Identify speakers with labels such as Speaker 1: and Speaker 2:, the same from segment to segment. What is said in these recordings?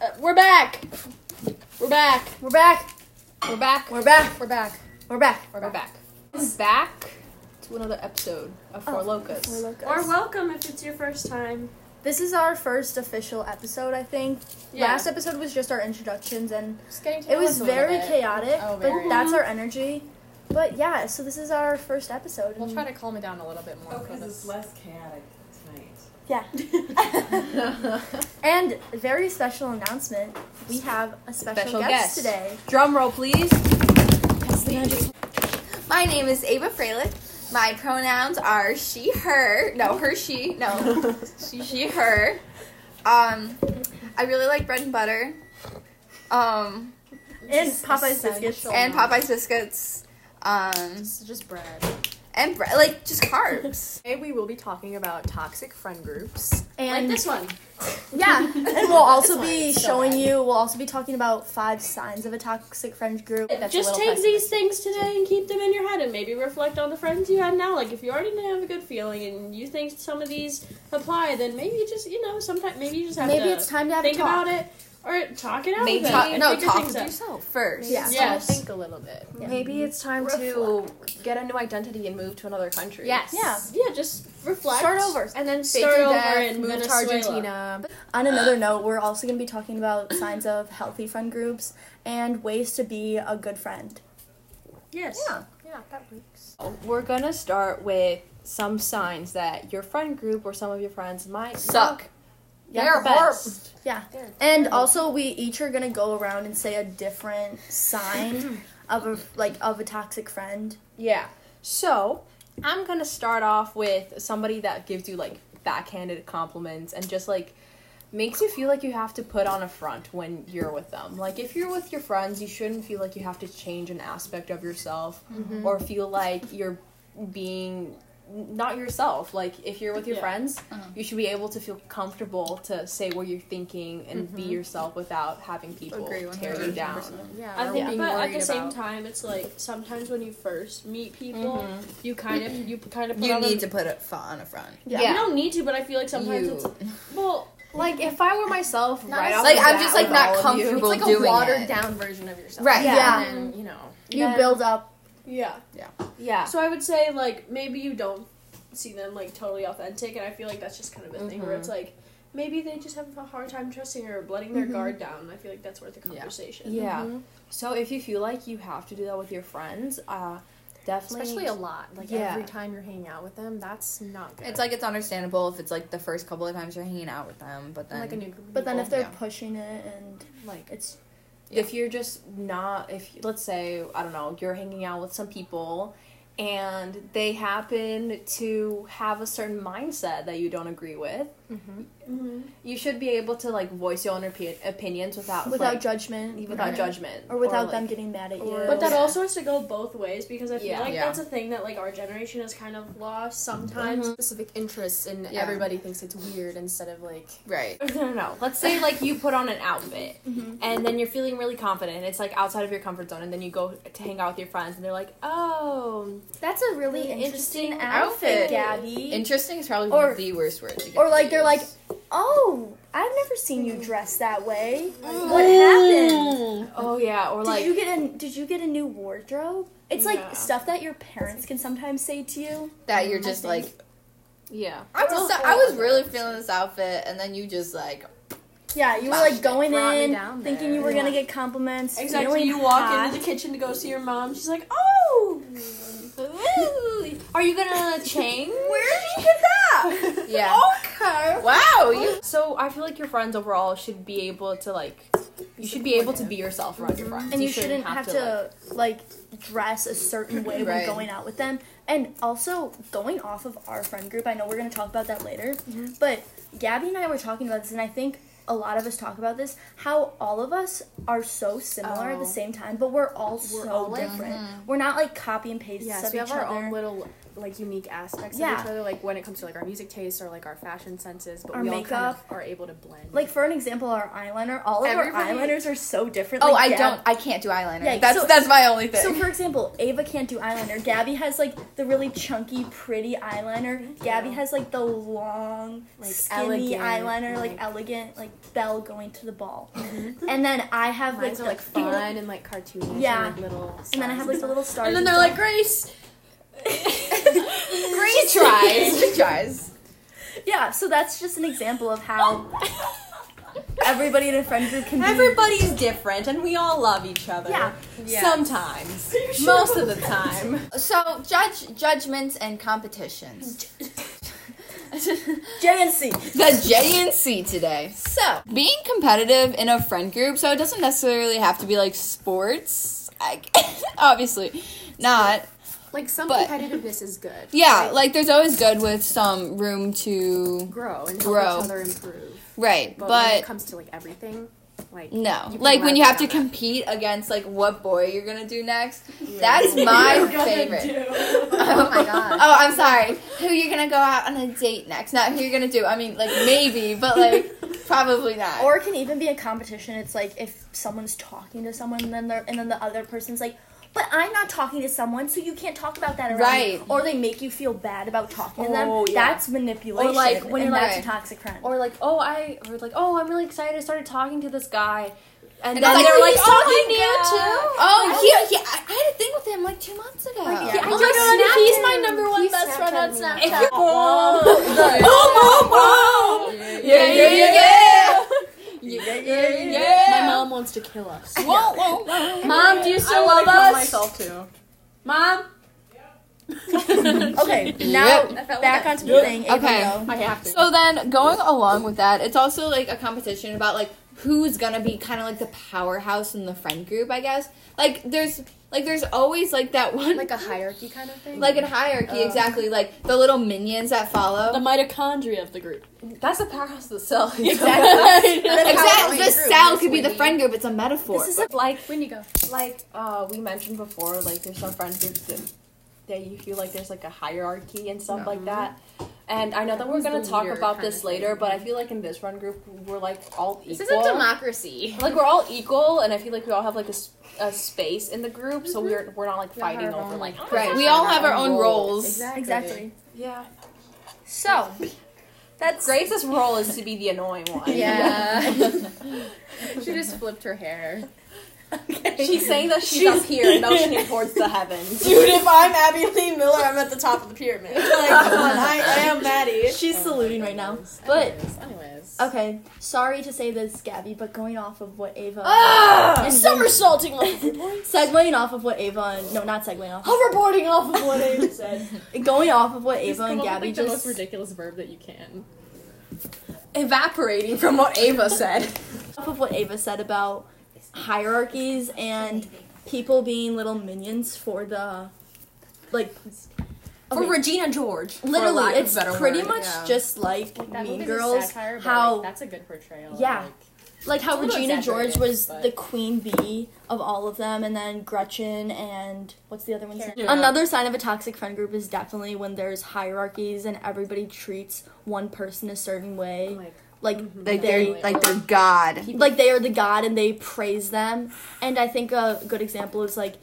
Speaker 1: Uh, we're back. We're back.
Speaker 2: We're back.
Speaker 1: We're back.
Speaker 2: We're back.
Speaker 1: We're back.
Speaker 2: We're back.
Speaker 1: We're back. We're back to another episode of
Speaker 3: Oh,
Speaker 1: Four
Speaker 2: Oh.
Speaker 1: Locus.
Speaker 4: Or welcome if it's your first time.
Speaker 2: This is our first official episode, I think.
Speaker 4: Yeah.
Speaker 2: Last episode was just our introductions, and
Speaker 1: Just getting to
Speaker 2: it
Speaker 1: know us
Speaker 2: was
Speaker 1: a little
Speaker 2: very
Speaker 1: bit.
Speaker 2: chaotic,
Speaker 1: Oh,
Speaker 2: but
Speaker 1: very.
Speaker 2: that's our energy. But yeah, so this is our first episode.
Speaker 1: We'll
Speaker 2: and-
Speaker 1: try to calm it down a little bit more.
Speaker 5: Oh,
Speaker 1: for
Speaker 5: because
Speaker 1: this.
Speaker 5: it's less chaotic tonight.
Speaker 2: Yeah. and very special announcement. We have a special,
Speaker 1: Special guest.
Speaker 2: guest, today.
Speaker 1: Drum roll, please.
Speaker 6: My name is Ava Freilich. My pronouns are she, her. No, her, she. No, she, she, her. Um, I really like bread and butter. Um,
Speaker 2: And Popeye's
Speaker 1: essential.
Speaker 2: biscuits.
Speaker 6: and Popeye's biscuits. Um,
Speaker 1: It's just bread.
Speaker 6: and bre- like just carbs.
Speaker 1: Today we will be talking about toxic friend groups.
Speaker 2: And
Speaker 4: like this one.
Speaker 2: yeah, and we'll also be
Speaker 1: It's so
Speaker 2: showing
Speaker 1: bad.
Speaker 2: you. We'll also be talking about five signs of a toxic friend group.
Speaker 1: That's a
Speaker 4: Just
Speaker 1: little
Speaker 4: take these things today and keep them in your head and maybe reflect on the friends you had now. Like if you already didn't have a good feeling and you think some of these apply, then maybe you just you know, sometimes maybe you just have
Speaker 2: Maybe
Speaker 4: to
Speaker 2: it's time to have a
Speaker 4: think
Speaker 2: talk.
Speaker 4: about it or talk it out.
Speaker 6: Maybe
Speaker 4: with
Speaker 6: talk,
Speaker 4: it.
Speaker 6: no
Speaker 4: Pick your
Speaker 6: talk
Speaker 4: things
Speaker 6: to
Speaker 4: up.
Speaker 6: yourself first.
Speaker 2: Yeah.
Speaker 4: Yes.
Speaker 1: Think a little bit.
Speaker 7: Maybe it's time to get a new identity and move to another country.
Speaker 1: Yes.
Speaker 2: Yeah.
Speaker 4: Yeah, just reflect.
Speaker 2: Start over.
Speaker 7: And then
Speaker 4: Start
Speaker 7: fake your
Speaker 4: over
Speaker 7: death,
Speaker 4: in
Speaker 7: move to
Speaker 4: Venezuela.
Speaker 7: Argentina.
Speaker 2: On another note, we're also going to be talking about signs of healthy friend groups and ways to be a good friend.
Speaker 4: Yes.
Speaker 7: Yeah, that works. We're gonna start with some signs that your friend group or some of your friends might
Speaker 6: Suck.
Speaker 7: Yeah,
Speaker 2: They're
Speaker 7: the best.
Speaker 2: Yeah. And also, we each are going to go around and say a different sign of a like of a toxic friend.
Speaker 7: Yeah. So I'm gonna start off with somebody that gives you like backhanded compliments and just like makes you feel like you have to put on a front when you're with them. Like if you're with your friends, you shouldn't feel like you have to change an aspect of yourself
Speaker 4: Mm-hmm.
Speaker 7: or feel like you're being not yourself. Like if you're with your
Speaker 4: Yeah. Uh-huh.
Speaker 7: friends, you should be able to feel comfortable to say what you're thinking and be
Speaker 4: Mm-hmm.
Speaker 7: yourself without having people
Speaker 6: Agree
Speaker 7: tear you down.
Speaker 6: 100%.
Speaker 7: Yeah.
Speaker 4: I think,
Speaker 7: being
Speaker 4: but at the
Speaker 7: worried
Speaker 4: same
Speaker 7: about-
Speaker 4: time, it's like sometimes when you first meet people,
Speaker 7: Mm-hmm.
Speaker 4: you kind of you kind of put
Speaker 6: You
Speaker 4: on a-
Speaker 6: need to put it on a front.
Speaker 2: Yeah.
Speaker 4: You don't need to, but I feel like sometimes
Speaker 6: You-
Speaker 4: it's well,
Speaker 7: Like if I were myself, right off
Speaker 6: Like
Speaker 7: the
Speaker 6: I'm
Speaker 7: bat
Speaker 6: just
Speaker 7: with
Speaker 6: like not
Speaker 7: all of you,
Speaker 6: comfortable
Speaker 7: it's like
Speaker 6: doing
Speaker 7: a watered
Speaker 6: it.
Speaker 7: down version of yourself.
Speaker 6: Right.
Speaker 2: Yeah.
Speaker 7: And you know.
Speaker 2: You build up.
Speaker 4: yeah.
Speaker 7: Yeah.
Speaker 4: So I would say like maybe you don't see them like totally authentic, and I feel like that's just kind of a thing where it's like maybe they just have a hard time trusting or letting their guard down. and I feel like that's worth a
Speaker 6: Yeah.
Speaker 4: conversation.
Speaker 7: yeah. So if you feel like you have to do that with your friends, uh, definitely.
Speaker 1: Especially a lot. Like
Speaker 7: Yeah.
Speaker 1: every time you're hanging out with them, that's not good.
Speaker 6: It's like it's understandable if it's like the first couple of times you're hanging out with them, but then
Speaker 1: like a new group. of
Speaker 2: But then
Speaker 1: people.
Speaker 2: if they're
Speaker 6: Yeah.
Speaker 2: pushing it and
Speaker 7: like
Speaker 2: it's
Speaker 7: if you're just not if let's say I don't know you're hanging out with some people. And they happen to have a certain mindset that you don't agree with.
Speaker 3: Mm-hmm.
Speaker 7: mm-hmm.
Speaker 2: Mm-hmm.
Speaker 7: You should be able to like voice your own opi- opinions without
Speaker 2: without
Speaker 7: like,
Speaker 2: judgment
Speaker 7: without judgment
Speaker 2: or without
Speaker 7: like-
Speaker 2: them getting mad at you.
Speaker 7: or-
Speaker 4: But that
Speaker 7: Yeah.
Speaker 4: also has to go both ways because I feel
Speaker 7: Yeah.
Speaker 4: like
Speaker 6: Yeah.
Speaker 4: that's a thing that like our generation has kind of lost sometimes.
Speaker 7: Mm-hmm.
Speaker 1: specific interests and
Speaker 6: Yeah.
Speaker 1: everybody thinks it's weird instead of like
Speaker 6: right.
Speaker 7: No,
Speaker 4: Mm-hmm.
Speaker 7: no, no. Let's say like you put on an outfit
Speaker 2: Mm-hmm.
Speaker 7: and then you're feeling really confident. It's like outside of your comfort zone, and then you go to hang out with your friends, and they're like, "Oh,
Speaker 2: That's a really
Speaker 7: Really
Speaker 2: interesting,
Speaker 7: interesting
Speaker 2: outfit,
Speaker 6: outfit.
Speaker 2: Gabby.
Speaker 6: Interesting is probably
Speaker 2: Or-
Speaker 6: the worst word. To get
Speaker 2: or like
Speaker 6: to
Speaker 2: they're like,
Speaker 6: use.
Speaker 2: oh, I've never seen you dressed that way. What happened?
Speaker 7: oh yeah," or like,
Speaker 2: did you get a Did you get a new wardrobe? It's
Speaker 7: Yeah.
Speaker 2: like stuff that your parents can sometimes say to you.
Speaker 6: that you're just like
Speaker 7: "Yeah,
Speaker 6: I was I was really feeling this outfit, and then you just like
Speaker 2: Yeah, you were
Speaker 6: Fuck,
Speaker 2: like going
Speaker 7: brought me
Speaker 2: in
Speaker 7: down
Speaker 2: thinking
Speaker 7: there.
Speaker 2: you were gonna get compliments.
Speaker 4: Exactly.
Speaker 2: feeling
Speaker 4: You walk
Speaker 2: hot.
Speaker 4: into the kitchen to go see your mom. She's like, "Oh,
Speaker 7: are you gonna change?"
Speaker 6: where did you get that? yeah. Okay. Wow. You
Speaker 7: so I feel like your friends overall should be able to like, you should be able to be yourself around your friends,
Speaker 2: and you, shouldn't, have, to, like, dress a certain way when
Speaker 6: Right.
Speaker 2: going out with them. And also going off of our friend group, I know we're gonna talk about that later.
Speaker 7: Mm-hmm.
Speaker 2: But Gabby and I were talking about this, and I think a lot of us talk about this how all of us are so similar at the
Speaker 7: Oh.
Speaker 2: same time, but we're all so
Speaker 7: all, like, mm-hmm.
Speaker 2: different. We're not like copy and paste
Speaker 7: Yes,
Speaker 2: of
Speaker 7: we
Speaker 2: each
Speaker 7: have our
Speaker 2: other.
Speaker 7: own little
Speaker 4: like unique aspects
Speaker 2: Yeah.
Speaker 4: of each other, like when it comes to like our music taste or like our fashion senses, but
Speaker 2: Our
Speaker 4: we all kind
Speaker 2: makeup.
Speaker 4: of are able to blend.
Speaker 2: Like for an example, our eyeliner. All of
Speaker 6: Everybody-
Speaker 2: our eyeliners are so different.
Speaker 6: Oh,
Speaker 2: Like,
Speaker 6: I
Speaker 2: Gab-
Speaker 6: don't. I can't do eyeliner.
Speaker 2: Yeah,
Speaker 6: that's
Speaker 2: so-
Speaker 6: that's my only thing.
Speaker 2: So, for example, Ava can't do eyeliner. Gabby has like the really chunky, pretty eyeliner. Gabby has like the long,
Speaker 4: Like,
Speaker 2: skinny
Speaker 4: elegant,
Speaker 2: eyeliner, like,
Speaker 4: like- mm-hmm.
Speaker 2: elegant, like bell going to the ball. And then I have like
Speaker 4: Mine's
Speaker 2: the
Speaker 4: are like fun and like cartoonish.
Speaker 2: Yeah.
Speaker 4: And, like, little
Speaker 2: and then I have like the little stars.
Speaker 4: And then they're
Speaker 2: stuff.
Speaker 4: like Grace.
Speaker 6: Grace tries. She tries.
Speaker 2: yeah. So that's just an example of how everybody in a friend group can be.
Speaker 7: Everybody's different, and we all love each other.
Speaker 2: Yeah.
Speaker 7: Sometimes. Most of the time.
Speaker 6: So judge judgments and competitions.
Speaker 2: JNC.
Speaker 6: the J and C today. So being competitive in a friend group, so it doesn't necessarily have to be like sports. I, obviously, not.
Speaker 4: Like some
Speaker 6: But-
Speaker 4: competitiveness is good.
Speaker 6: Yeah, like there's always good with some room to
Speaker 4: Grow and help
Speaker 6: Grow.
Speaker 4: each other improve.
Speaker 6: right,
Speaker 4: But, when
Speaker 6: but
Speaker 4: it comes to like everything, like
Speaker 6: No,
Speaker 4: You
Speaker 6: like
Speaker 4: can
Speaker 6: when you have
Speaker 4: elaborate
Speaker 6: to
Speaker 4: on
Speaker 6: compete against like what boy you're gonna do next. That's my favorite.
Speaker 4: oh my god.
Speaker 6: Oh, I'm sorry. Who you're gonna go out on a date next? Not who you're gonna do. I mean, like maybe, but like probably not.
Speaker 2: Or it can even be a competition. It's like if someone's talking to someone, and then they're, and then the other person's like, "But I'm not talking to someone, so you can't talk about that around." me."
Speaker 6: Right.
Speaker 2: Or they make you feel bad about talking to
Speaker 7: Oh,
Speaker 2: them.
Speaker 7: yeah.
Speaker 2: That's manipulation.
Speaker 7: Or like when
Speaker 2: and
Speaker 7: you're
Speaker 2: that's
Speaker 6: like-
Speaker 2: a toxic friend.
Speaker 7: Or like, oh, I or like, oh, I'm really excited. I started talking to this guy, and,
Speaker 6: And
Speaker 7: then
Speaker 6: I'm
Speaker 7: they're like,
Speaker 6: like, "He's
Speaker 7: oh,
Speaker 6: talking
Speaker 7: I
Speaker 6: to
Speaker 7: knew
Speaker 6: you."
Speaker 7: too.
Speaker 6: oh, he, he, I, I had a thing with him like two months ago.
Speaker 2: yeah,
Speaker 6: yeah,
Speaker 2: I
Speaker 6: oh my god, he's my number one
Speaker 4: He
Speaker 6: best friend on
Speaker 4: Snapchatted
Speaker 6: Snapchat.
Speaker 4: me.
Speaker 6: If you-
Speaker 7: Oh,
Speaker 6: boom, boom, boom. Yeah, yeah, yeah, yeah, yeah,
Speaker 4: My
Speaker 6: yeah.
Speaker 4: mom wants to kill us.
Speaker 6: Whoa, whoa, whoa.
Speaker 4: Mom, do you
Speaker 7: I
Speaker 4: still
Speaker 7: want
Speaker 4: love
Speaker 7: to kill
Speaker 4: us?
Speaker 7: myself too.
Speaker 4: Mom.
Speaker 2: okay, now
Speaker 6: Yep.
Speaker 2: back onto the thing. Ava,
Speaker 6: Okay.
Speaker 2: go.
Speaker 7: I have to.
Speaker 6: So then, going along with that, it's also like a competition about like who's gonna be kind of like the powerhouse in the friend group, I guess. Like there's like there's always like that one like uh,
Speaker 4: Like a hierarchy kind of thing.
Speaker 6: like in hierarchy exactly like the little minions that follow.
Speaker 4: mitochondria of the group.
Speaker 7: That's the powerhouse of the cell.
Speaker 6: Exactly,
Speaker 4: Exactly.
Speaker 6: the cell could be the friend group. It's a metaphor.
Speaker 2: This is
Speaker 7: But, like
Speaker 4: When you go.
Speaker 7: like uh, we mentioned before, like there's some friend groups that that you feel like there's like a hierarchy and stuff like that. And I know that we're
Speaker 4: Who's
Speaker 7: gonna
Speaker 4: the
Speaker 7: talk
Speaker 4: leader
Speaker 7: about
Speaker 4: kind
Speaker 7: this
Speaker 4: of
Speaker 7: later,
Speaker 4: thing?
Speaker 7: but I feel like in this run group we're like all equal.
Speaker 6: democracy.
Speaker 7: like we're all equal, and I feel like we all have like a, s- a space in the group, so
Speaker 3: Mm-hmm.
Speaker 7: we're we're not like
Speaker 4: We all
Speaker 7: fighting
Speaker 4: have our
Speaker 7: over
Speaker 4: own,
Speaker 7: like
Speaker 4: like,
Speaker 6: Right. We all have our own roles.
Speaker 4: Exactly.
Speaker 2: exactly.
Speaker 7: yeah.
Speaker 2: So that's
Speaker 7: Grace's role is to be the annoying one.
Speaker 4: Yeah. she just flipped her hair.
Speaker 7: She's saying that she's, up here, motioning towards the heavens.
Speaker 5: Dude, if I'm Abby Lee Miller, I'm at the top of the pyramid. Like, come
Speaker 7: uh,
Speaker 5: on, I am Maddie.
Speaker 2: she's saluting right now.
Speaker 7: But
Speaker 4: Anyways.
Speaker 2: Okay, sorry to say this, Gabby, but going off of what Ava
Speaker 5: Ah!
Speaker 2: and
Speaker 5: Somersaulting like
Speaker 2: segueing off of what Ava and no, not segueing off.
Speaker 5: hoverboarding off of one Ava said.
Speaker 2: Going off of what Ava and Gabby
Speaker 4: the most
Speaker 2: just
Speaker 4: ridiculous verb that you can.
Speaker 7: evaporating from what Ava said.
Speaker 2: off of what Ava said about hierarchies and people being little minions for the like
Speaker 7: For
Speaker 2: Okay.
Speaker 7: Regina George. for
Speaker 2: literally
Speaker 7: lack of
Speaker 2: it's
Speaker 7: better
Speaker 2: pretty
Speaker 7: word.
Speaker 2: much
Speaker 4: yeah.
Speaker 2: just like
Speaker 5: That
Speaker 2: Mean
Speaker 5: movie's a
Speaker 2: Girls
Speaker 5: satire, but,
Speaker 2: how
Speaker 5: like, that's a good portrayal. of,
Speaker 2: Yeah.
Speaker 5: like,
Speaker 2: like how
Speaker 5: a little
Speaker 2: Regina George
Speaker 5: exaggerated,
Speaker 2: was
Speaker 5: but-
Speaker 2: the queen bee of all of them and then Gretchen and what's the other one?
Speaker 5: Karen.
Speaker 7: Yeah.
Speaker 2: Another sign of a toxic friend group is definitely when there's hierarchies and everybody treats one person a certain way.
Speaker 4: Like,
Speaker 2: Like
Speaker 6: Like mm-hmm.
Speaker 2: they
Speaker 6: they're like they're god.
Speaker 2: like they are the god and they praise them and i think a good example is like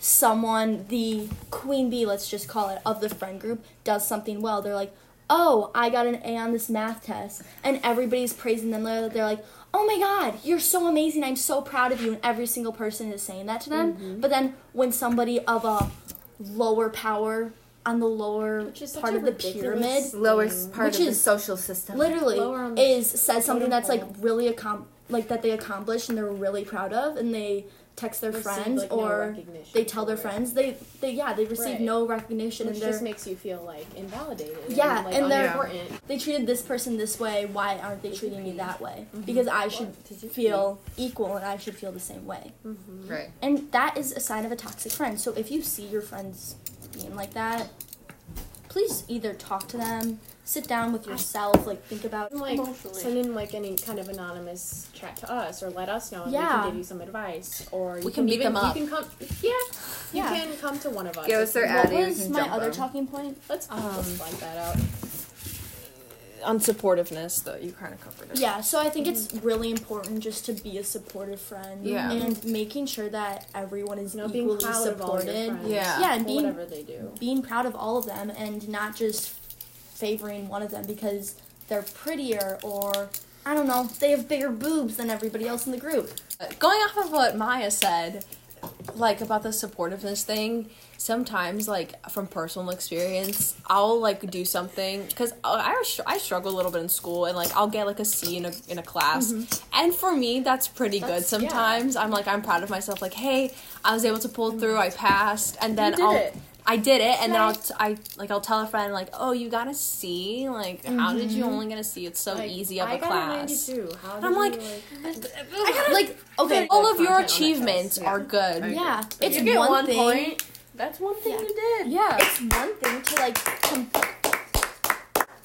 Speaker 2: someone the queen bee let's just call it of the friend group does something well they're like oh i got an a on this math test and everybody's praising them they're, they're like oh my god you're so amazing i'm so proud of you and every single person is saying that to them
Speaker 4: Mm-hmm.
Speaker 2: but then when somebody of a lower power on the lower
Speaker 4: Which is such
Speaker 2: part
Speaker 4: a
Speaker 2: of the
Speaker 4: ridiculous
Speaker 2: pyramid
Speaker 6: Lower part
Speaker 2: Which
Speaker 6: of the
Speaker 2: is
Speaker 6: social system.
Speaker 4: Lower on
Speaker 2: literally
Speaker 4: the
Speaker 2: is says something that's like
Speaker 4: totem
Speaker 2: really accom- like that they accomplished and they're really proud of and they text their
Speaker 4: Receive,
Speaker 2: friends
Speaker 4: like, no
Speaker 2: or
Speaker 4: recognition
Speaker 2: they tell their
Speaker 4: for it.
Speaker 2: friends they they yeah they receive
Speaker 4: Right.
Speaker 2: no recognition
Speaker 4: Which
Speaker 2: and they're
Speaker 4: just makes you feel like invalidated.
Speaker 2: Yeah,
Speaker 4: and, like,
Speaker 2: and they're-
Speaker 4: unimportant.
Speaker 2: they treated this person this way why aren't they treating me that way
Speaker 4: Mm-hmm.
Speaker 2: because I should feel equal and I should feel the same way
Speaker 6: Right.
Speaker 2: and that is a sign of a toxic friend so if you see your friends being like that please either talk to them sit down with yourself, like think about.
Speaker 3: like send in like any kind of anonymous chat to us or let us know and we
Speaker 2: Yeah.
Speaker 3: can give you some advice or you
Speaker 1: We can beat
Speaker 3: even
Speaker 1: them up.
Speaker 3: you can come yeah,
Speaker 2: Yeah.
Speaker 3: you can come to one of us
Speaker 6: Give
Speaker 3: if
Speaker 6: us their
Speaker 3: you-
Speaker 6: ad-
Speaker 2: What
Speaker 6: Addie, we
Speaker 2: was
Speaker 6: can
Speaker 2: my
Speaker 6: jump
Speaker 2: other
Speaker 6: on.
Speaker 2: talking point?
Speaker 3: let's let's find that out
Speaker 7: unsupportiveness though you kind of covered it
Speaker 2: Yeah, so I think it's really important just to be a supportive friend.
Speaker 7: Yeah.
Speaker 2: And making sure that everyone is
Speaker 3: you know being
Speaker 2: equally
Speaker 3: proud of all your
Speaker 2: supported.
Speaker 3: friends
Speaker 7: Yeah.
Speaker 2: Yeah, and
Speaker 3: for
Speaker 2: being
Speaker 3: whatever they do
Speaker 2: being proud of all of them and not just favoring one of them because they're prettier or I don't know, they have bigger boobs than everybody else in the group.
Speaker 7: going off of what Maya said, like about the supportiveness thing, sometimes like from personal experience, I'll like do something because I I str- I struggle a little bit in school and like I'll get like a C in a in a class, and for me that's pretty good.
Speaker 3: Mm-hmm. That's- yeah.
Speaker 7: Sometimes I'm like I'm proud of myself. Like hey, I was able to pull through. I passed, and then
Speaker 3: Mm-hmm. did
Speaker 7: I'll.
Speaker 3: it.
Speaker 7: I did it, and then I'll t- I like I'll tell a friend like, oh, you got a C. Like, how did you only get a C? It's so
Speaker 3: Mm-hmm. Like,
Speaker 7: easy of
Speaker 3: I
Speaker 7: a
Speaker 3: got
Speaker 7: class.
Speaker 3: 92. How
Speaker 7: I'm
Speaker 3: did
Speaker 7: like,
Speaker 3: you,
Speaker 2: Like, okay,
Speaker 7: All of
Speaker 3: content
Speaker 7: your
Speaker 3: on that test,
Speaker 7: achievements
Speaker 3: yeah.
Speaker 7: are good.
Speaker 2: yeah,
Speaker 4: It's
Speaker 2: it's
Speaker 4: you get
Speaker 2: one,
Speaker 4: one,
Speaker 2: thing.
Speaker 4: point. That's one thing
Speaker 2: Yeah.
Speaker 4: you did.
Speaker 7: Yeah.
Speaker 2: It's one thing to like. Com-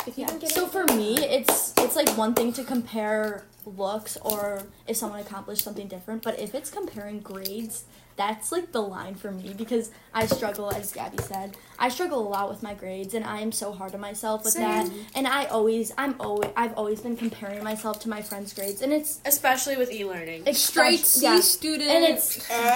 Speaker 3: if you
Speaker 2: yeah.
Speaker 3: can get
Speaker 2: So for me, it's it's like one thing to compare looks or if someone accomplished something different, but if it's comparing grades, that's like the line for me because I struggle, as Gabby said, I struggle a lot with my grades, and I am so hard on myself with that. And I always, I'm always, I've always been comparing myself to my friends' grades, and it's
Speaker 5: Especially with e-learning.
Speaker 2: it's
Speaker 7: straight
Speaker 2: such-
Speaker 7: C
Speaker 2: yeah.
Speaker 7: student.
Speaker 2: and it's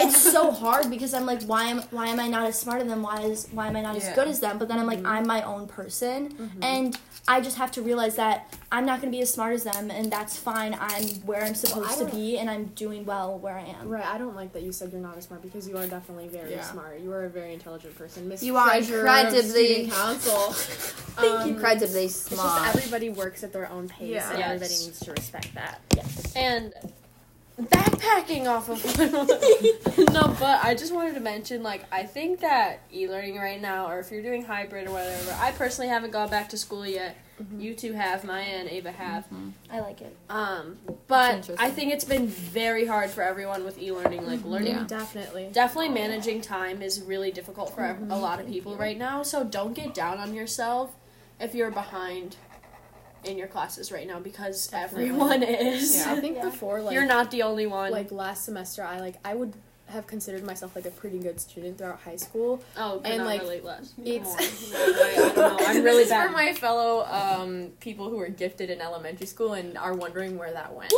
Speaker 2: it's so hard because I'm like, why am why am I not as smart as them? Why is why am I not
Speaker 7: Yeah. Mm-hmm.
Speaker 2: as good as them? But then I'm like, I'm my own person, and I just have to realize that I'm not gonna be as smart as them, and that's fine. I'm where I'm supposed to
Speaker 3: don't-
Speaker 2: be, and I'm doing well where I am.
Speaker 3: Right, I don't like that you said you're not as smart because you are definitely very smart. You are a very intelligent person. Miss
Speaker 6: You are
Speaker 3: Treasurer
Speaker 6: incredibly-
Speaker 3: of Student Council. Thank
Speaker 6: Incredibly
Speaker 3: It's just
Speaker 6: smart.
Speaker 3: everybody works at their own pace, and
Speaker 4: Yes.
Speaker 3: everybody needs to respect that.
Speaker 4: And backpacking off of no, but I just wanted to mention like I think that e-learning right now, or if you're doing hybrid or whatever, I personally haven't gone back to school yet.
Speaker 3: Mm-hmm.
Speaker 4: You two have, Maya and Ava have.
Speaker 2: I like it.
Speaker 4: Um, but
Speaker 7: interesting.
Speaker 4: I think it's been very hard for everyone with e-learning.
Speaker 3: Mm-hmm.
Speaker 4: Like learning,
Speaker 7: Yeah.
Speaker 3: Definitely.
Speaker 4: definitely managing time is really difficult for
Speaker 3: Mm-hmm.
Speaker 4: a lot of people right now. So don't get down on yourself if you're behind in your classes right now because everyone is.
Speaker 3: I think before, like,
Speaker 4: You're not the only one.
Speaker 3: like last semester, I like I would have considered myself like a pretty good student throughout high school.
Speaker 4: oh, could
Speaker 3: and,
Speaker 4: not
Speaker 3: like,
Speaker 4: relate less.
Speaker 3: It's
Speaker 4: I don't know. I'm really
Speaker 3: This is
Speaker 4: bad.
Speaker 3: for my fellow um, people who are gifted in elementary school and are wondering where that went.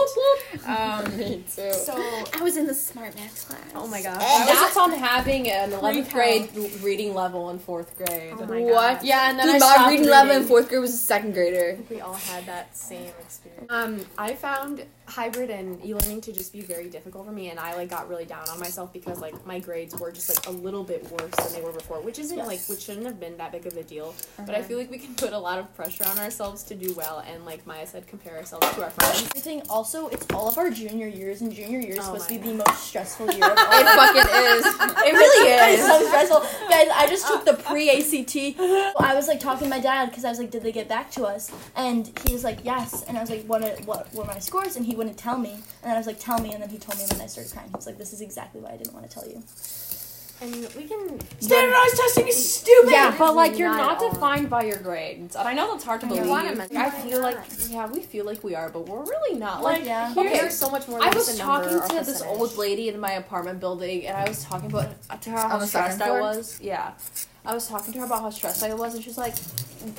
Speaker 3: Um, me too.
Speaker 5: So
Speaker 6: I was in the smart math class.
Speaker 3: oh my gosh.
Speaker 7: That's on having an 11th grade l- reading level in 4th grade.
Speaker 3: Oh my gosh.
Speaker 4: yeah, and then I
Speaker 6: Dude,
Speaker 4: stopped
Speaker 6: my reading level in fourth grade was a second grader.
Speaker 3: We all had that same experience. Um, I found hybrid and e-learning to just be very difficult for me, and I like got really down on myself because like my grades were just like a little bit worse than they were before, which isn't like which shouldn't have been that big of a deal. But I feel like we can put a lot of pressure on ourselves to do well, and like Maya said, compare ourselves to our friends.
Speaker 2: Everything. Also, it's all of our junior years, and junior year is
Speaker 3: Oh
Speaker 2: supposed to
Speaker 3: my
Speaker 2: be the most stressful year of all.
Speaker 6: It fucking is.
Speaker 2: It really is. so stressful. Guys, I just took the pre ACT. I was like talking to my dad because I was like, did they get back to us? And he was like, yes. And I was like, what, are, what were my scores? And he wouldn't tell me. And I was like, tell me. And then he told me, and then I started crying. He was like, this is exactly why I didn't want to tell you.
Speaker 3: And we can
Speaker 4: Standardized testing is stupid.
Speaker 7: Yeah, but like you're
Speaker 3: Not
Speaker 7: not
Speaker 3: at all.
Speaker 7: defined by your grades. And I know that's hard to believe. I feel like yeah, we feel like we are, but we're really not. Like
Speaker 2: Like, yeah.
Speaker 3: hear
Speaker 7: Okay.
Speaker 3: so much more. Than
Speaker 7: I was
Speaker 3: just a number
Speaker 7: talking
Speaker 3: or
Speaker 7: to this
Speaker 3: percentage.
Speaker 7: old lady in my apartment building, and I was talking about to her
Speaker 6: On
Speaker 7: how
Speaker 6: the
Speaker 7: stressed
Speaker 6: second
Speaker 7: I
Speaker 6: floor?
Speaker 7: was. Yeah, I was talking to her about how stressed I was, and she's like,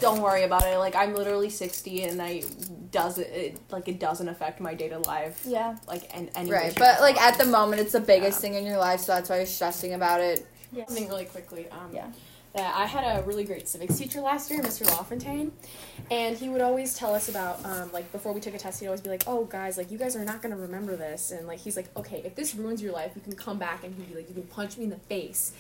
Speaker 7: "Don't worry about it. Like I'm literally 60, and I doesn't it, like it doesn't affect my day to life
Speaker 2: Yeah.
Speaker 7: like and any way,
Speaker 6: Right,
Speaker 7: shape,
Speaker 6: but
Speaker 7: or
Speaker 6: like
Speaker 7: form."
Speaker 6: at the moment, it's the biggest thing in your life, so that's why you're stressing about it.
Speaker 2: Yeah.
Speaker 3: something really quickly. Um,
Speaker 2: Yeah.
Speaker 3: That I had a really great civics teacher last year, Mr. LaFontaine, and he would always tell us about, um, like, before we took a test, he'd always be like, oh, guys, like, you guys are not going to remember this. And, like, he's like, okay, if this ruins your life, you can come back and he'd be like, you can punch me in the face.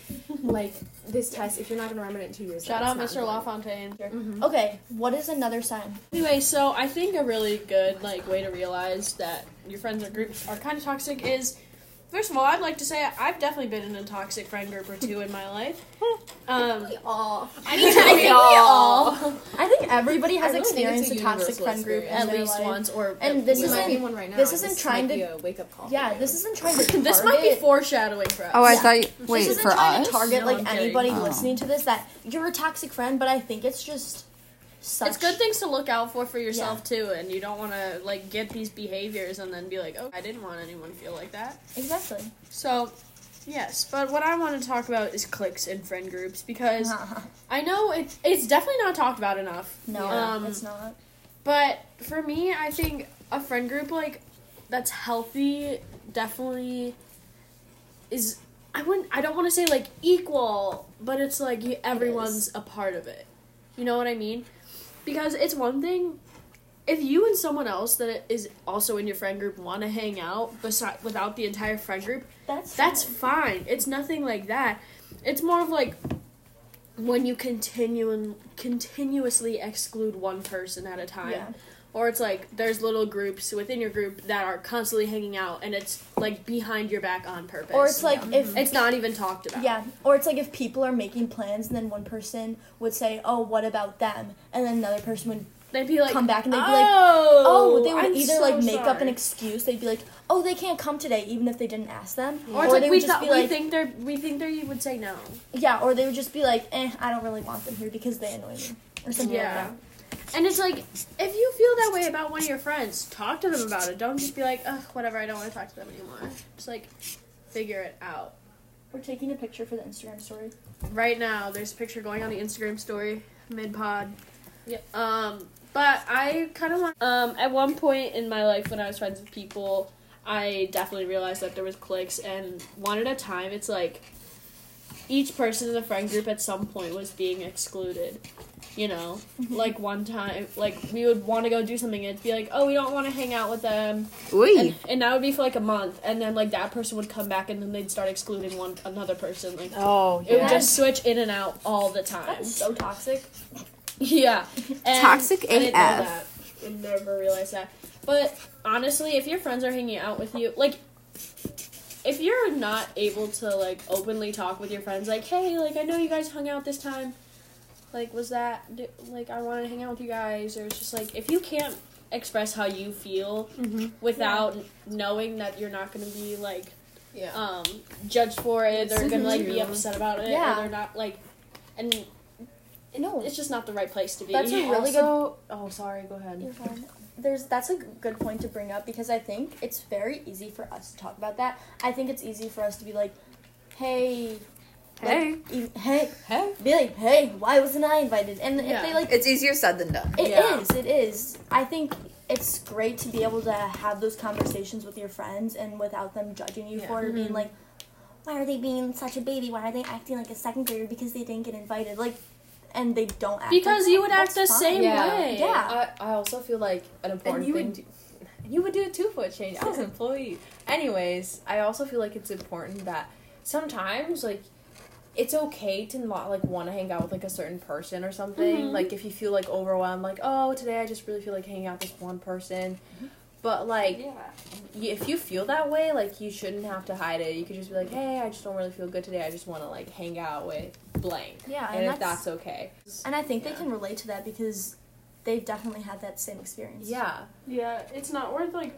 Speaker 3: like, this test, if you're not going to remember it in two years,
Speaker 4: Shout
Speaker 3: that's
Speaker 4: out
Speaker 3: not
Speaker 4: Mr.
Speaker 3: good. Mm-hmm.
Speaker 4: LaFontaine.
Speaker 2: Okay, what is another sign?
Speaker 4: Anyway, so I think a really good like way to realize that your friends or groups are kind of toxic is, first of all, I'd like to say I've definitely been in a toxic friend group or two in my life. Um, I need to be
Speaker 2: I think everybody has
Speaker 3: I really think it's
Speaker 2: experienced a, toxic
Speaker 3: universal
Speaker 2: friend group
Speaker 3: experience.
Speaker 2: in
Speaker 4: at
Speaker 2: their
Speaker 4: least
Speaker 2: life.
Speaker 4: once or
Speaker 2: And this
Speaker 3: We might be
Speaker 2: isn't.
Speaker 3: one right now.
Speaker 2: this isn't trying
Speaker 3: might
Speaker 2: to-
Speaker 3: be a wake up call.
Speaker 2: Yeah, this isn't trying to.
Speaker 4: this might be
Speaker 2: target-
Speaker 4: foreshadowing for us.
Speaker 6: Oh, I
Speaker 2: Yeah.
Speaker 6: thought. You,
Speaker 2: this
Speaker 6: wait,
Speaker 2: isn't
Speaker 6: for
Speaker 2: trying
Speaker 6: us?
Speaker 2: to target
Speaker 4: No,
Speaker 2: like
Speaker 4: I'm kidding.
Speaker 2: anybody listening to this that you're a toxic friend, but I think it's just such
Speaker 4: It's good things to look out for for yourself too, and you don't want to like get these behaviors and then be like, oh, I didn't want anyone to feel like that.
Speaker 2: exactly.
Speaker 4: So, yes, but what I want to talk about is cliques and friend groups because
Speaker 2: Uh-huh.
Speaker 4: I know it, it's definitely not talked about enough.
Speaker 2: No,
Speaker 4: Um,
Speaker 2: it's not.
Speaker 4: But for me, I think a friend group like that's healthy definitely is. I wouldn't. I don't want to say like equal, but it's like you, everyone's a part of it. You know what I mean? Because it's one thing if you and someone else that is also in your friend group want to hang out beside without the entire friend group.
Speaker 2: That's
Speaker 4: That's fine. It's nothing like that. It's more of like when you continue continuously exclude one person at a time.
Speaker 2: Yeah.
Speaker 4: Or it's like there's little groups within your group that are constantly hanging out and it's like behind your back on purpose.
Speaker 2: or it's like if
Speaker 4: it's not even talked about.
Speaker 2: Yeah, or it's like if people are making plans and then one person would say, "Oh, what about them?" and then another person would,
Speaker 4: They'd be like
Speaker 2: Come back and they'd be like,
Speaker 4: Oh,
Speaker 2: "Oh, they would
Speaker 4: I'm
Speaker 2: either
Speaker 4: so
Speaker 2: like make up an
Speaker 4: sorry."
Speaker 2: excuse. They'd be like, "Oh, they can't come today," even if they didn't ask them,
Speaker 4: Or it's like
Speaker 2: they
Speaker 4: we
Speaker 2: would just
Speaker 4: thought
Speaker 2: be
Speaker 4: we
Speaker 2: like,
Speaker 4: think they're we think they would say no.
Speaker 2: "Yeah," or they would just be like, "Eh, I don't really want them here because they annoy me," or something
Speaker 4: Yeah.
Speaker 2: like
Speaker 4: And it's like, if you feel that way about one of your friends, talk to them about it. Don't just be like, ugh, whatever, I don't want to talk to them anymore. Just like, figure it
Speaker 2: that.
Speaker 4: out.
Speaker 2: We're taking a picture for the Instagram story.
Speaker 4: Right now, there's a picture going on the Instagram story, mid pod. Yep. Um, but I kind of want. Um, at one point in my life when I was friends with people, I definitely realized that there was cliques, and one at a time, it's like each person in the friend group at some point was being excluded. You know, like one time, like we would want to go do something, and it'd be like, oh, we don't want to hang out with them, and, and that would be for like a month, and then like that person would come back, and then they'd start excluding one another person, like.
Speaker 3: Oh,
Speaker 4: It would just switch in and out all the time.
Speaker 2: That's so toxic.
Speaker 4: yeah. And
Speaker 6: Toxic
Speaker 4: I didn't know
Speaker 6: AF.
Speaker 4: that. I never realized that. But honestly, if your friends are hanging out with you, like, if you're not able to, like, openly talk with your friends, like, hey, like, I know you guys hung out this time. Like, was that, d- like, I want to hang out with you guys. Or it's just like, if you can't express how you feel without knowing that you're not going to be, like,
Speaker 7: Yeah.
Speaker 4: um judged for it they're gonna like be upset about it
Speaker 2: Mm-hmm. Yeah.
Speaker 4: or they're not like and
Speaker 2: No,
Speaker 4: it's just not the right place to be
Speaker 2: That's a really
Speaker 3: good. Oh, sorry. Go ahead.
Speaker 2: You're fine. There's that's a good point to bring up because I think it's very easy for us to talk about that. I think it's easy for us to be like, hey,
Speaker 6: Hey.
Speaker 2: like, e- hey,
Speaker 7: Hey.
Speaker 2: be like, hey, why wasn't I invited? And if they
Speaker 4: Yeah.
Speaker 2: like,
Speaker 6: It's easier said than done.
Speaker 2: it is,
Speaker 7: Yeah.
Speaker 2: it is. I think it's great to be able to have those conversations with your friends and without them judging you
Speaker 3: Yeah.
Speaker 2: for being
Speaker 4: Mm-hmm.
Speaker 2: like, why are they being such a baby? Why are they acting like a second grader because they didn't get invited? Like, and they don't act
Speaker 4: because
Speaker 2: like
Speaker 4: you
Speaker 2: that.
Speaker 4: would act the
Speaker 2: That's fine.
Speaker 4: same
Speaker 7: Yeah.
Speaker 4: way
Speaker 2: Yeah.
Speaker 7: I, I also feel like an important you thing. would- to- and you would do a two foot change as an employee. Anyways, I also feel like it's important that sometimes like it's okay to not like want to hang out with like a certain person or something.
Speaker 4: Mhm.
Speaker 7: Like if you feel like overwhelmed, like oh today I just really feel like hanging out with this one person. But like y- if you feel that way, like you shouldn't have to hide it. You could just be like, hey, I just don't really feel good today. I just want to like hang out with blank.
Speaker 2: Yeah,
Speaker 7: And, if that's okay.
Speaker 2: And I think they
Speaker 7: Yeah.
Speaker 2: can relate to that because they've definitely had that same experience.
Speaker 7: Yeah.
Speaker 4: yeah it's not worth like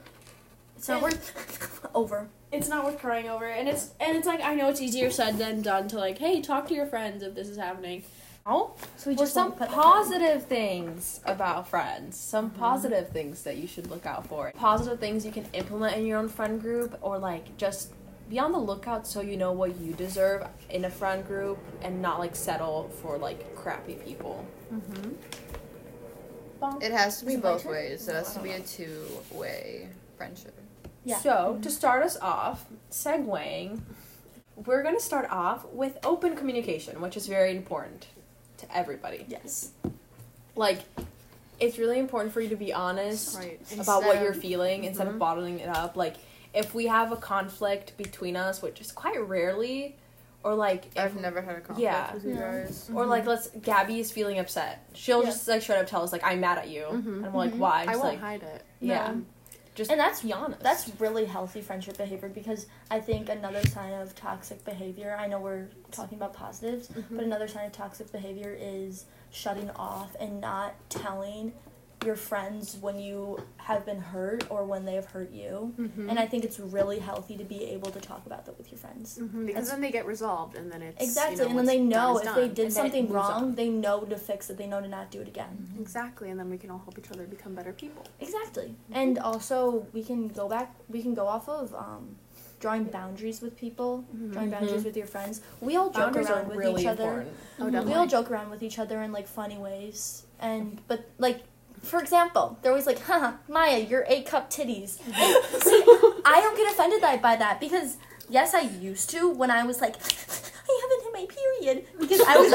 Speaker 2: It's not worth over.
Speaker 4: it's not worth crying over and it's and it's like i know it's easier said than done to like hey talk to your friends if this is happening
Speaker 2: So we
Speaker 7: Or
Speaker 2: just
Speaker 7: some
Speaker 2: won't put the time in. Mm-hmm.
Speaker 7: positive things about friends. Some positive things that you should look out for. Positive things you can implement in your own friend group, or like just be on the lookout so you know what you deserve in a friend group and not like settle for like crappy people.
Speaker 2: Mm-hmm.
Speaker 6: It has to be
Speaker 2: Is it my
Speaker 6: both
Speaker 2: turn?
Speaker 6: ways. It has to be a two way friendship.
Speaker 2: Yeah. Mm-hmm.
Speaker 7: So, to start us off, segueing, we're going to start off with open communication, which is very important to everybody.
Speaker 2: Yes.
Speaker 7: Like, it's really important for you to be honest
Speaker 3: Right.
Speaker 7: about what
Speaker 6: Instead
Speaker 7: you're
Speaker 6: of-
Speaker 7: feeling instead of bottling it up. Like if we have a conflict between us, which is quite rarely, or like if,
Speaker 6: I've never had a conflict
Speaker 7: Yeah. Mm-hmm.
Speaker 6: with you
Speaker 2: No.
Speaker 6: guys.
Speaker 7: or like let's Gabby is feeling upset, she'll
Speaker 2: Yeah.
Speaker 7: just like straight up tell us like I'm mad at you,
Speaker 3: Mhm.
Speaker 7: and we're like why?
Speaker 3: I
Speaker 7: Just,
Speaker 3: won't
Speaker 7: like,
Speaker 3: hide it.
Speaker 7: yeah, just
Speaker 2: And that's
Speaker 7: be honest.
Speaker 2: that's really healthy friendship behavior because I think another sign of toxic behavior, I know we're talking about positives,
Speaker 7: Mm-hmm.
Speaker 2: but another sign of toxic behavior is shutting off and not telling your friends when you have been hurt or when they have hurt you.
Speaker 7: Mm-hmm.
Speaker 2: And I think it's really healthy to be able to talk about that with your friends.
Speaker 3: Mhm, because then they get resolved, and then it's you
Speaker 2: Exactly,
Speaker 3: know,
Speaker 2: and then
Speaker 3: what's
Speaker 2: they
Speaker 3: done
Speaker 2: know
Speaker 3: is
Speaker 2: if
Speaker 3: done.
Speaker 2: they did
Speaker 1: then it
Speaker 2: something
Speaker 1: moves
Speaker 2: wrong, they know to fix it. They know to not do it again.
Speaker 3: Mm-hmm. exactly, and then we can all help each other become better people.
Speaker 2: Exactly, and also we can go back. We can go off of um, drawing boundaries with people, drawing boundaries with your friends. We all joke
Speaker 7: Boundaries are
Speaker 2: around with
Speaker 7: really
Speaker 2: each other.
Speaker 7: important.
Speaker 3: Oh,
Speaker 2: We all joke around with each other in like funny ways, and but like. For example, they're always like, "Huh, Maya, your eight cup titties." And, See, I don't get offended that- by that because yes, I used to when I was like, "I haven't had my period" because I was,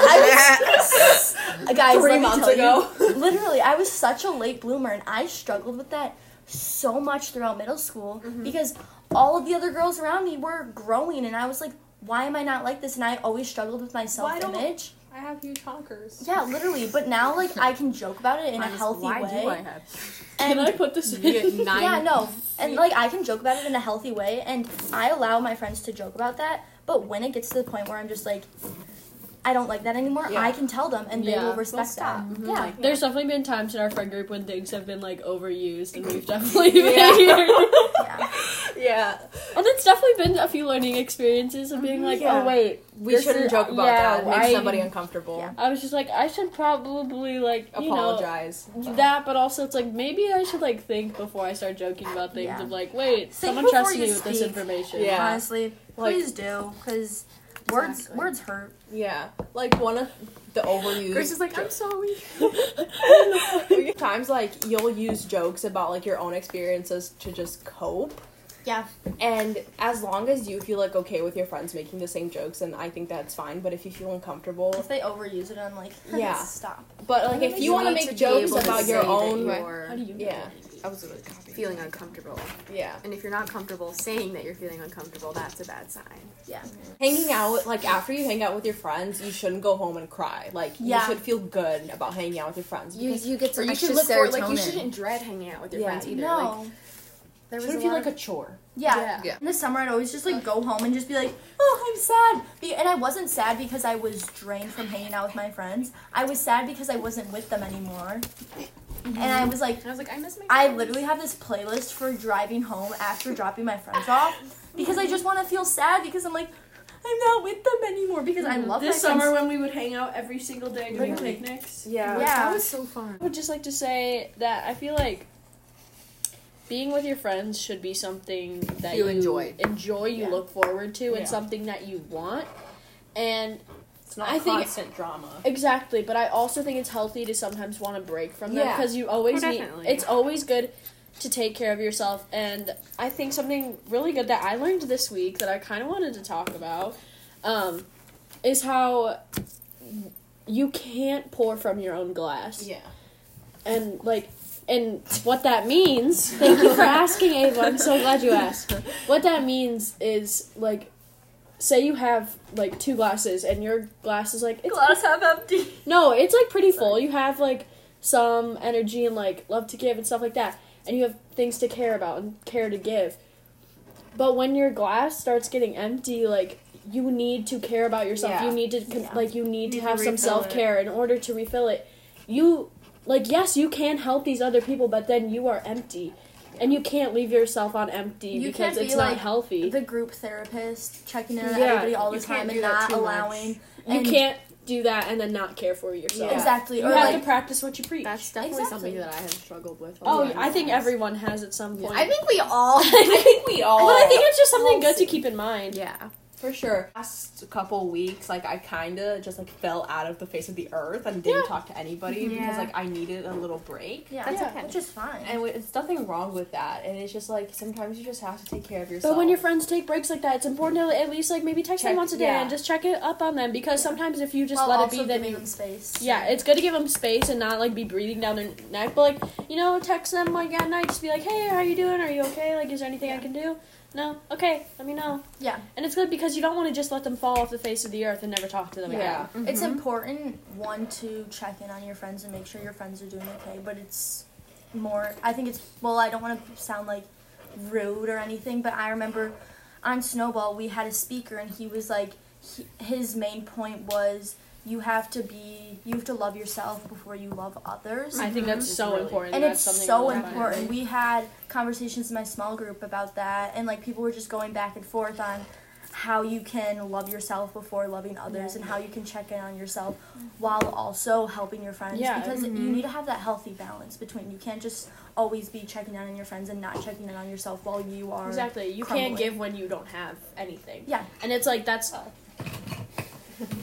Speaker 2: I was, guys, let me tell you, literally i was such a late bloomer and i struggled with that so much throughout middle school because all of the other girls around me were growing and i was like why am i not like this and i always struggled with my
Speaker 1: don't-
Speaker 2: self-image
Speaker 1: I have huge honkers.
Speaker 2: yeah literally but now like i can joke about it in a healthy
Speaker 3: why
Speaker 2: way
Speaker 3: do I have?
Speaker 2: and
Speaker 7: put this in? Nine
Speaker 2: yeah no and like i can joke about it in a healthy way and i allow my friends to joke about that but when it gets to the point where i'm just like i don't like that anymore
Speaker 7: Yeah.
Speaker 2: i can tell them and they
Speaker 4: Yeah,
Speaker 2: will
Speaker 4: we'll
Speaker 2: respect that yeah
Speaker 4: There's definitely been times in our friend group when things have been like overused, and we've definitely been here.
Speaker 2: yeah
Speaker 7: Yeah.
Speaker 4: And it's definitely been a few learning experiences of
Speaker 2: Mm-hmm.
Speaker 4: being like,
Speaker 7: Yeah.
Speaker 4: oh wait,
Speaker 7: We
Speaker 4: This
Speaker 7: shouldn't
Speaker 4: is-
Speaker 7: joke about
Speaker 4: yeah,
Speaker 7: that. It makes
Speaker 4: I-
Speaker 7: somebody uncomfortable.
Speaker 2: Yeah.
Speaker 4: I was just like, I should probably like you
Speaker 7: Apologize.
Speaker 4: Know, that, but also it's like maybe I should like think before I start joking about things.
Speaker 2: Yeah.
Speaker 4: Of like, wait, someone
Speaker 2: before
Speaker 4: trusts
Speaker 2: you
Speaker 4: me with this
Speaker 2: speak.
Speaker 4: information.
Speaker 7: Yeah.
Speaker 2: Honestly,
Speaker 7: Like-
Speaker 2: please do, because words
Speaker 3: Exactly.
Speaker 2: words hurt.
Speaker 7: Yeah. Like one of the overused
Speaker 3: Grace is like, I'm sorry.
Speaker 7: times like you'll use jokes about like your own experiences to just cope
Speaker 2: Yeah.
Speaker 7: and as long as you feel like okay with your friends making the same jokes then i think that's fine but if you feel uncomfortable
Speaker 2: If they overuse it, I'm like,
Speaker 7: Yeah.
Speaker 2: stop.
Speaker 7: but like if you want to
Speaker 3: need
Speaker 7: make
Speaker 3: be
Speaker 7: jokes
Speaker 3: able to
Speaker 7: about
Speaker 3: say
Speaker 7: your
Speaker 3: that
Speaker 7: own
Speaker 3: you're
Speaker 4: How do you?
Speaker 7: yeah
Speaker 3: I was really feeling uncomfortable,
Speaker 7: yeah
Speaker 3: and if you're not comfortable saying that you're feeling uncomfortable, that's a bad sign.
Speaker 2: Yeah.
Speaker 7: hanging out like after you hang out with your friends you shouldn't go home and cry like
Speaker 2: Yeah.
Speaker 7: you should feel good about hanging out with your friends
Speaker 6: You you get
Speaker 3: Or
Speaker 6: some
Speaker 3: you
Speaker 6: extra
Speaker 3: should look for
Speaker 6: serotonin.
Speaker 3: like you shouldn't dread hanging out with your
Speaker 7: Yeah.
Speaker 3: friends either. Like,
Speaker 2: No.
Speaker 3: there was a
Speaker 7: shouldn't feel
Speaker 3: lot
Speaker 7: like
Speaker 3: of-
Speaker 7: a chore
Speaker 2: yeah.
Speaker 3: Yeah.
Speaker 2: In the summer, I'd always just like go home and just be like, oh, I'm sad. Be- And I wasn't sad because I was drained from hanging out with my friends. I was sad because I wasn't with them anymore. And I was like,
Speaker 3: And I was like, I miss my.
Speaker 2: I
Speaker 3: friends.
Speaker 2: literally have this playlist for driving home after dropping my friends off because I just want to feel sad because I'm like, I'm not with them anymore because I love
Speaker 4: This
Speaker 2: my friends.
Speaker 4: summer when we would hang out every single day doing
Speaker 7: Literally.
Speaker 4: picnics.
Speaker 7: yeah
Speaker 2: Yeah.
Speaker 3: That was so fun.
Speaker 4: I would just like to say that I feel like being with your friends should be something that
Speaker 6: You enjoy.
Speaker 4: enjoy, you
Speaker 7: Yeah.
Speaker 4: look forward to,
Speaker 7: Yeah.
Speaker 4: and something that you want. And
Speaker 7: it's not
Speaker 4: I think-
Speaker 7: constant drama
Speaker 4: Exactly, but I also think it's healthy to sometimes want to break from them
Speaker 7: Yeah.
Speaker 4: because you always
Speaker 3: Oh,
Speaker 4: need.
Speaker 3: definitely.
Speaker 4: It's always good to take care of yourself, and I think something really good that I learned this week that I kind of wanted to talk about um, is how you can't pour from your own glass,
Speaker 7: yeah
Speaker 4: and like, and what that means. Thank you for asking, Ava. I'm so glad you asked. What that means is like. Say you have like two glasses and your glass is like it's
Speaker 2: glass half empty.
Speaker 4: no, it's like pretty full. You have like some energy and like love to give and stuff like that. And you have things to care about and care to give. But when your glass starts getting empty, like you need to care about yourself.
Speaker 7: Yeah.
Speaker 4: You need to con-
Speaker 2: Yeah.
Speaker 4: like you need to
Speaker 3: Need to
Speaker 4: have some
Speaker 3: refill
Speaker 4: self-care in order to refill it. You like yes, you can help these other people, but then you are empty. And you can't leave yourself on empty
Speaker 2: You
Speaker 4: because
Speaker 2: can't be,
Speaker 4: it's not
Speaker 2: like,
Speaker 4: healthy.
Speaker 2: The group therapist checking in on
Speaker 4: Yeah,
Speaker 2: everybody all the
Speaker 4: you
Speaker 2: time
Speaker 4: can't
Speaker 2: and
Speaker 4: do that
Speaker 2: not
Speaker 4: too much.
Speaker 2: allowing.
Speaker 4: you
Speaker 2: and-
Speaker 4: can't do that and then not care for yourself.
Speaker 2: Exactly.
Speaker 4: You
Speaker 2: or
Speaker 4: have
Speaker 2: like,
Speaker 4: to practice what you preach.
Speaker 3: That's definitely
Speaker 2: Exactly.
Speaker 3: something that I have struggled with. a
Speaker 4: Oh,
Speaker 3: lot.
Speaker 4: I think everyone has at some point.
Speaker 6: I think we all. I think we all.
Speaker 4: But I think it's just something good to keep in mind.
Speaker 3: Yeah.
Speaker 7: For sure. Last couple weeks, like I kind of just like fell out of the face of the earth and didn't talk to anybody because
Speaker 3: Yeah.
Speaker 7: like I needed a little break.
Speaker 2: Yeah,
Speaker 3: That's okay.
Speaker 2: which is fine.
Speaker 7: And w- it's nothing wrong with that. And it's just like sometimes you just have to take care of yourself.
Speaker 4: But when your friends take breaks like that, it's important to at least like maybe text them
Speaker 7: Check-
Speaker 4: once a day
Speaker 7: yeah.
Speaker 4: and just check it up on them because sometimes if you just
Speaker 2: While
Speaker 4: let it
Speaker 2: also
Speaker 4: be, then
Speaker 2: giving
Speaker 4: you.
Speaker 2: them space.
Speaker 4: Yeah, it's good to give them space and not like be breathing down their neck, but like you know, text them like at night, just be like, "Hey, how you doing? Are you okay? Like, is there anything I can do? No, okay, let me know."
Speaker 2: Yeah.
Speaker 4: and it's good because you don't want to just let them fall off the face of the earth and never talk to them
Speaker 7: yeah.
Speaker 4: again.
Speaker 3: Mm-hmm.
Speaker 2: It's important one to check in on your friends and make sure your friends are doing okay, but it's more I think it's well, I don't want to sound like rude or anything, but I remember on Snowball we had a speaker and he was like he, his main point was you have to be you have to love yourself before you love others.
Speaker 4: I think that's so
Speaker 3: really-
Speaker 4: important.
Speaker 2: Mm-hmm. and
Speaker 4: That's
Speaker 2: it's
Speaker 4: something
Speaker 2: so
Speaker 4: we find
Speaker 2: important. We had conversations in my small group about that, and like people were just going back and forth on how you can love yourself before loving others, and how you can check in on yourself while also helping your friends.
Speaker 4: Yeah. mm-hmm.
Speaker 2: because you need to have that healthy balance between. You can't just always be checking in on your friends and not checking in on yourself while you are.
Speaker 4: Exactly. You
Speaker 2: crumbling.
Speaker 4: can't give when you don't have anything.
Speaker 2: Yeah.
Speaker 4: And it's like that's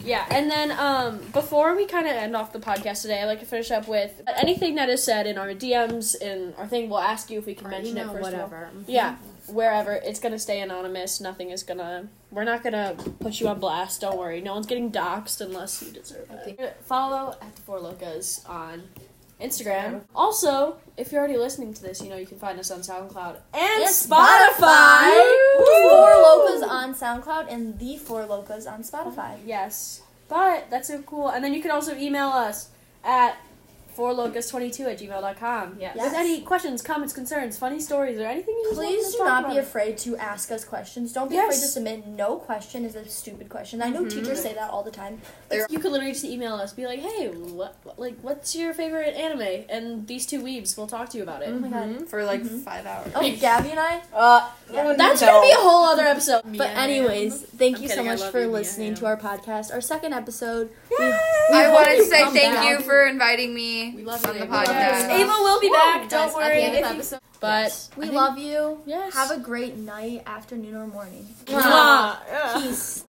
Speaker 4: Yeah, and then um before we kind of end off the podcast today, I'd like to finish up with anything that is said in our DMs in our thing, we'll ask you Mm-hmm. if we can mention it first of all.
Speaker 3: whatever.
Speaker 4: Yeah, wherever. It's gonna stay anonymous. Nothing is gonna. We're not gonna put you on blast. Don't worry. No one's getting doxxed unless you deserve it. Follow at the Four Locas on Instagram. Also, if you're already listening to this, you know you can find us on SoundCloud and Spotify.
Speaker 2: Four Locas on SoundCloud and the Four Locas on Spotify.
Speaker 4: Yes, but that's so cool. And then you can also email us at fourlocus22 at gmail.com.
Speaker 7: Yes.
Speaker 4: With any questions, comments, concerns, funny stories, or anything you just want us
Speaker 2: Please
Speaker 4: to
Speaker 2: do
Speaker 4: talk
Speaker 2: not be
Speaker 4: about.
Speaker 2: afraid to ask us questions. Don't be afraid to
Speaker 4: Yes.
Speaker 2: submit. No question is a stupid question. I know teachers say that all the time.
Speaker 4: You could literally just email us, be like, "Hey, what, like, what's your favorite anime?" And these two weebs will talk to you about it.
Speaker 2: Oh my god.
Speaker 5: for like
Speaker 6: Mm-hmm.
Speaker 5: five hours.
Speaker 2: Oh, Gabby and I.
Speaker 5: Uh,
Speaker 2: Yeah.
Speaker 4: That's gonna be a whole other episode.
Speaker 2: But anyways, thank
Speaker 4: I'm
Speaker 2: you
Speaker 4: kidding,
Speaker 2: so
Speaker 4: I
Speaker 2: much
Speaker 4: love
Speaker 2: for
Speaker 4: you, Mia
Speaker 2: listening
Speaker 4: Hamm.
Speaker 2: to our podcast, our second episode.
Speaker 6: I
Speaker 2: hope
Speaker 6: wanted to
Speaker 2: you
Speaker 6: say
Speaker 2: come
Speaker 6: thank
Speaker 2: back.
Speaker 6: you for inviting me on the podcast.
Speaker 4: Ava will be back. Don't
Speaker 3: At the
Speaker 4: worry.
Speaker 3: end of the episode.
Speaker 4: But
Speaker 2: We love you.
Speaker 4: Yes.
Speaker 2: Have a great night, afternoon, or morning.
Speaker 6: Mwah.
Speaker 2: Peace.